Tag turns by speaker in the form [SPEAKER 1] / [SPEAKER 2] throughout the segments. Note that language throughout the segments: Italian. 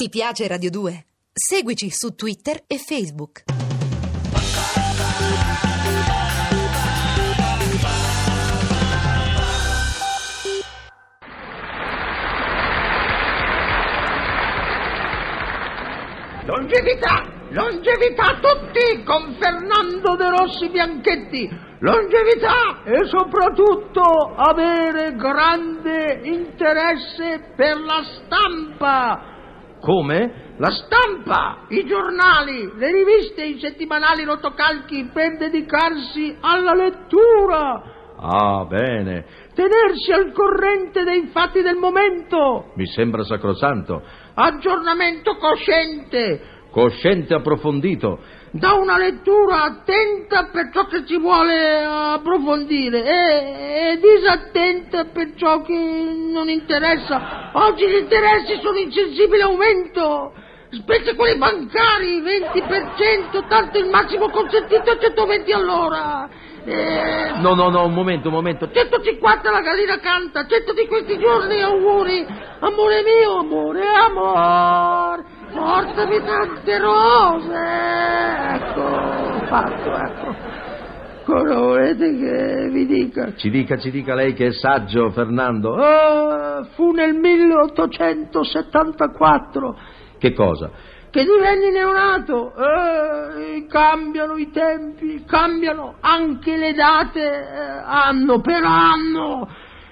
[SPEAKER 1] Ti piace Radio 2? Seguici su Twitter e Facebook.
[SPEAKER 2] Longevità, longevità a tutti con Fernando De Rossi Bianchetti. Longevità e soprattutto avere grande interesse per la stampa. Come? La stampa, i giornali, le riviste, i settimanali, i rotocalchi per dedicarsi alla lettura.
[SPEAKER 3] Ah, bene.
[SPEAKER 2] Tenersi al corrente dei fatti del momento,
[SPEAKER 3] Mi sembra sacrosanto.
[SPEAKER 2] aggiornamento cosciente
[SPEAKER 3] Cosciente approfondito.
[SPEAKER 2] da una lettura attenta per ciò che si vuole approfondire e, e disattenta per ciò che non interessa. Oggi gli interessi sono in sensibile aumento, specie quelli bancari, 20%, tanto il massimo consentito è 120 all'ora. Eh,
[SPEAKER 3] No, no, no, un momento, un momento.
[SPEAKER 2] 150 la gallina canta, 100 di questi giorni auguri, amore mio, amore, amor, portami tante rose, ecco, fatto, ecco. Cosa volete che vi dica?
[SPEAKER 3] Ci dica, ci dica lei che è saggio, Fernando. Ah,
[SPEAKER 2] Ah, fu nel 1874
[SPEAKER 3] Che cosa?
[SPEAKER 2] che divenni neonato, eh, cambiano i tempi, cambiano anche le date eh, anno per anno.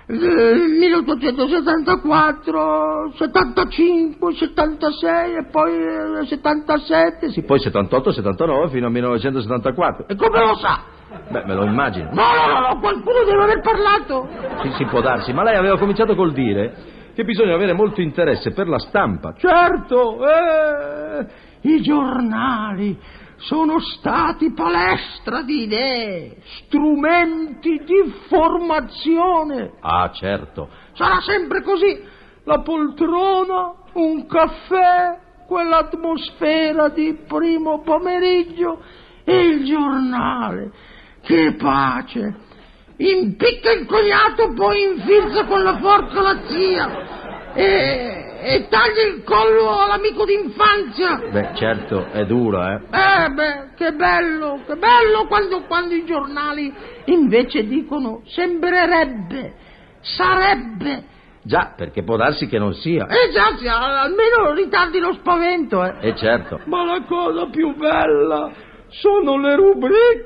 [SPEAKER 2] Eh, 1874, 75, 76 e poi eh, 77.
[SPEAKER 3] Sì, poi 78, 79 fino a 1974.
[SPEAKER 2] E come lo sa?
[SPEAKER 3] Beh, me lo immagino.
[SPEAKER 2] No, no, no, no, qualcuno deve aver parlato.
[SPEAKER 3] Sì, si può darsi, ma lei aveva cominciato col dire che bisogna avere molto interesse per la stampa. Cioè,
[SPEAKER 2] Certo, eh, i giornali sono stati palestra di idee, strumenti di formazione.
[SPEAKER 3] ah, certo.
[SPEAKER 2] Sarà sempre così. La poltrona, un caffè, quell'atmosfera di primo pomeriggio e il giornale. Che pace! Impicca il cognato, poi infilza con la forza la zia e, e taglia il collo all'amico d'infanzia.
[SPEAKER 3] Beh, certo, è dura, eh.
[SPEAKER 2] Eh beh, che bello, che bello quando, quando i giornali invece dicono sembrerebbe, sarebbe,
[SPEAKER 3] Già, perché può darsi che non sia.
[SPEAKER 2] eh già, sì, al- almeno ritardi lo spavento, eh.
[SPEAKER 3] Eh, certo.
[SPEAKER 2] Ma la cosa più bella sono le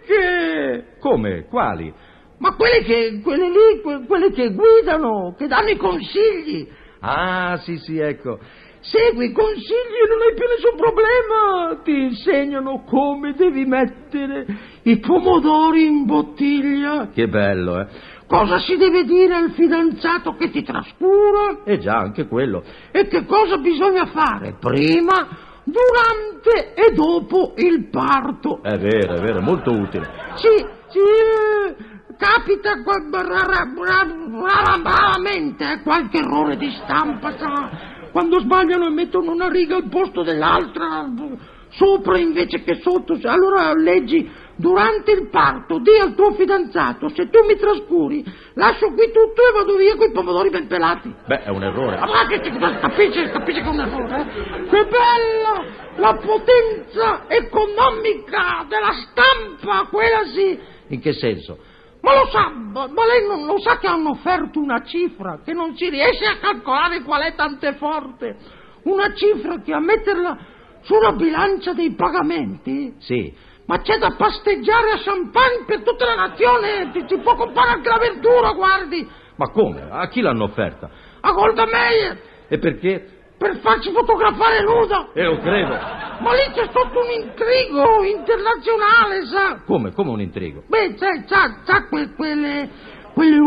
[SPEAKER 2] rubriche!
[SPEAKER 3] Come? Quali?
[SPEAKER 2] Ma quelle che, quelle lì, que- quelle che guidano, che danno i consigli.
[SPEAKER 3] Ah, sì, sì, ecco.
[SPEAKER 2] Segui i consigli e non hai più nessun problema. Ti insegnano come devi mettere i pomodori in bottiglia.
[SPEAKER 3] Che bello, eh.
[SPEAKER 2] Cosa si deve dire al fidanzato che ti trascura
[SPEAKER 3] Eh già, anche quello.
[SPEAKER 2] e che cosa bisogna fare prima, durante e dopo il parto.
[SPEAKER 3] È vero, è vero, è molto utile.
[SPEAKER 2] Sì, sì, eh, capita qua- ra- ra- ra- ra- raramente eh, qualche errore di stampa, sa, quando sbagliano e mettono una riga al posto dell'altra, bu- sopra invece che sotto. sa. Allora leggi, durante il parto, di al tuo fidanzato, se tu mi trascuri, lascio qui tutto e vado via con i pomodori ben pelati.
[SPEAKER 3] Beh, è un
[SPEAKER 2] Ma
[SPEAKER 3] errore. Ah,
[SPEAKER 2] va che che- capisci, capisci che è un errore? eh? Che bella la potenza economica della stampa, quella sì.
[SPEAKER 3] In che senso?
[SPEAKER 2] Ma lo sa, ma ma lei non lo sa che hanno offerto una cifra che non si riesce a calcolare qual è tante forte. Una cifra che a metterla sulla bilancia dei pagamenti,
[SPEAKER 3] Sì.
[SPEAKER 2] ma c'è da pasteggiare a champagne per tutta la nazione, ti, ti può comprare anche la verdura, guardi,
[SPEAKER 3] Ma come? A chi l'hanno offerta?
[SPEAKER 2] a Golda Meir,
[SPEAKER 3] E perché?
[SPEAKER 2] per farci fotografare nuda.
[SPEAKER 3] Eh, lo credo.
[SPEAKER 2] Ma lì c'è stato un intrigo internazionale, sa?
[SPEAKER 3] Come? Come un intrigo?
[SPEAKER 2] Beh, sai, sa, sa que- quelle, quelle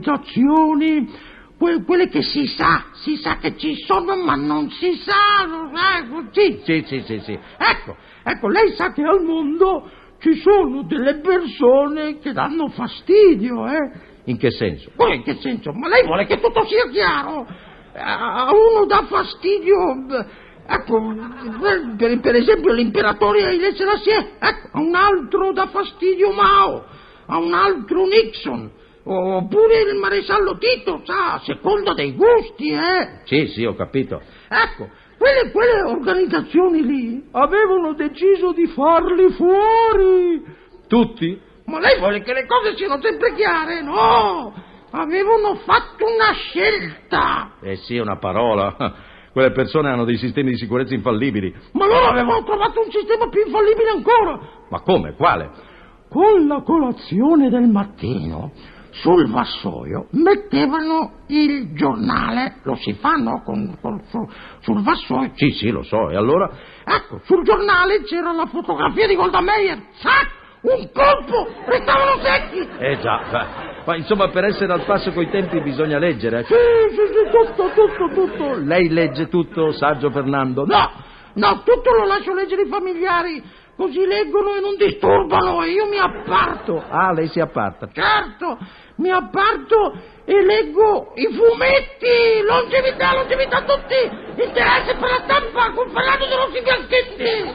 [SPEAKER 2] organizzazioni, que- quelle che si sa, si sa che ci sono, ma non si sa, eh, sì.
[SPEAKER 3] Sì, sì, sì, sì.
[SPEAKER 2] Ecco, ecco, lei sa che al mondo ci sono delle persone che danno fastidio, eh?
[SPEAKER 3] In che senso?
[SPEAKER 2] Ma in che senso? Ma lei vuole che tutto sia chiaro? Eh, A uno dà fastidio, beh, ecco, per- per, per esempio l'imperatore Haile Selassie, ecco, a un altro dà fastidio Mao, a un altro Nixon, oppure il maresciallo Tito, sa, a seconda dei gusti, eh?
[SPEAKER 3] Sì, sì, ho capito.
[SPEAKER 2] Ecco, qui quelle, quelle organizzazioni lì avevano deciso di farli fuori.
[SPEAKER 3] Tutti?
[SPEAKER 2] Ma lei vuole che le cose siano sempre chiare? No! Avevano fatto una scelta.
[SPEAKER 3] Eh sì, una parola. Quelle persone hanno dei sistemi di sicurezza infallibili.
[SPEAKER 2] Ma loro avevano trovato un sistema più infallibile ancora.
[SPEAKER 3] Ma come? Quale?
[SPEAKER 2] Con la colazione del mattino sul vassoio mettevano il giornale. Lo si fa, no? Con- con- su- sul vassoio.
[SPEAKER 3] Sì, sì, lo so. E allora?
[SPEAKER 2] Ecco, sul giornale c'era la fotografia di Golda Meir. Zac! Un colpo! Restavano secchi!
[SPEAKER 3] Eh già. Ma, ma insomma, per essere al passo coi tempi bisogna leggere. cioè
[SPEAKER 2] Sì, sì, sì, tutto, tutto, tutto.
[SPEAKER 3] Lei legge tutto, saggio Fernando?
[SPEAKER 2] No, no, tutto lo lascio leggere ai familiari, così leggono e non disturbano e io mi apparto.
[SPEAKER 3] Ah, lei si apparta.
[SPEAKER 2] Certo, mi apparto e leggo i fumetti, longevità, longevità a tutti, interesse per la stampa, con Fernando De Rossi Bianchetti.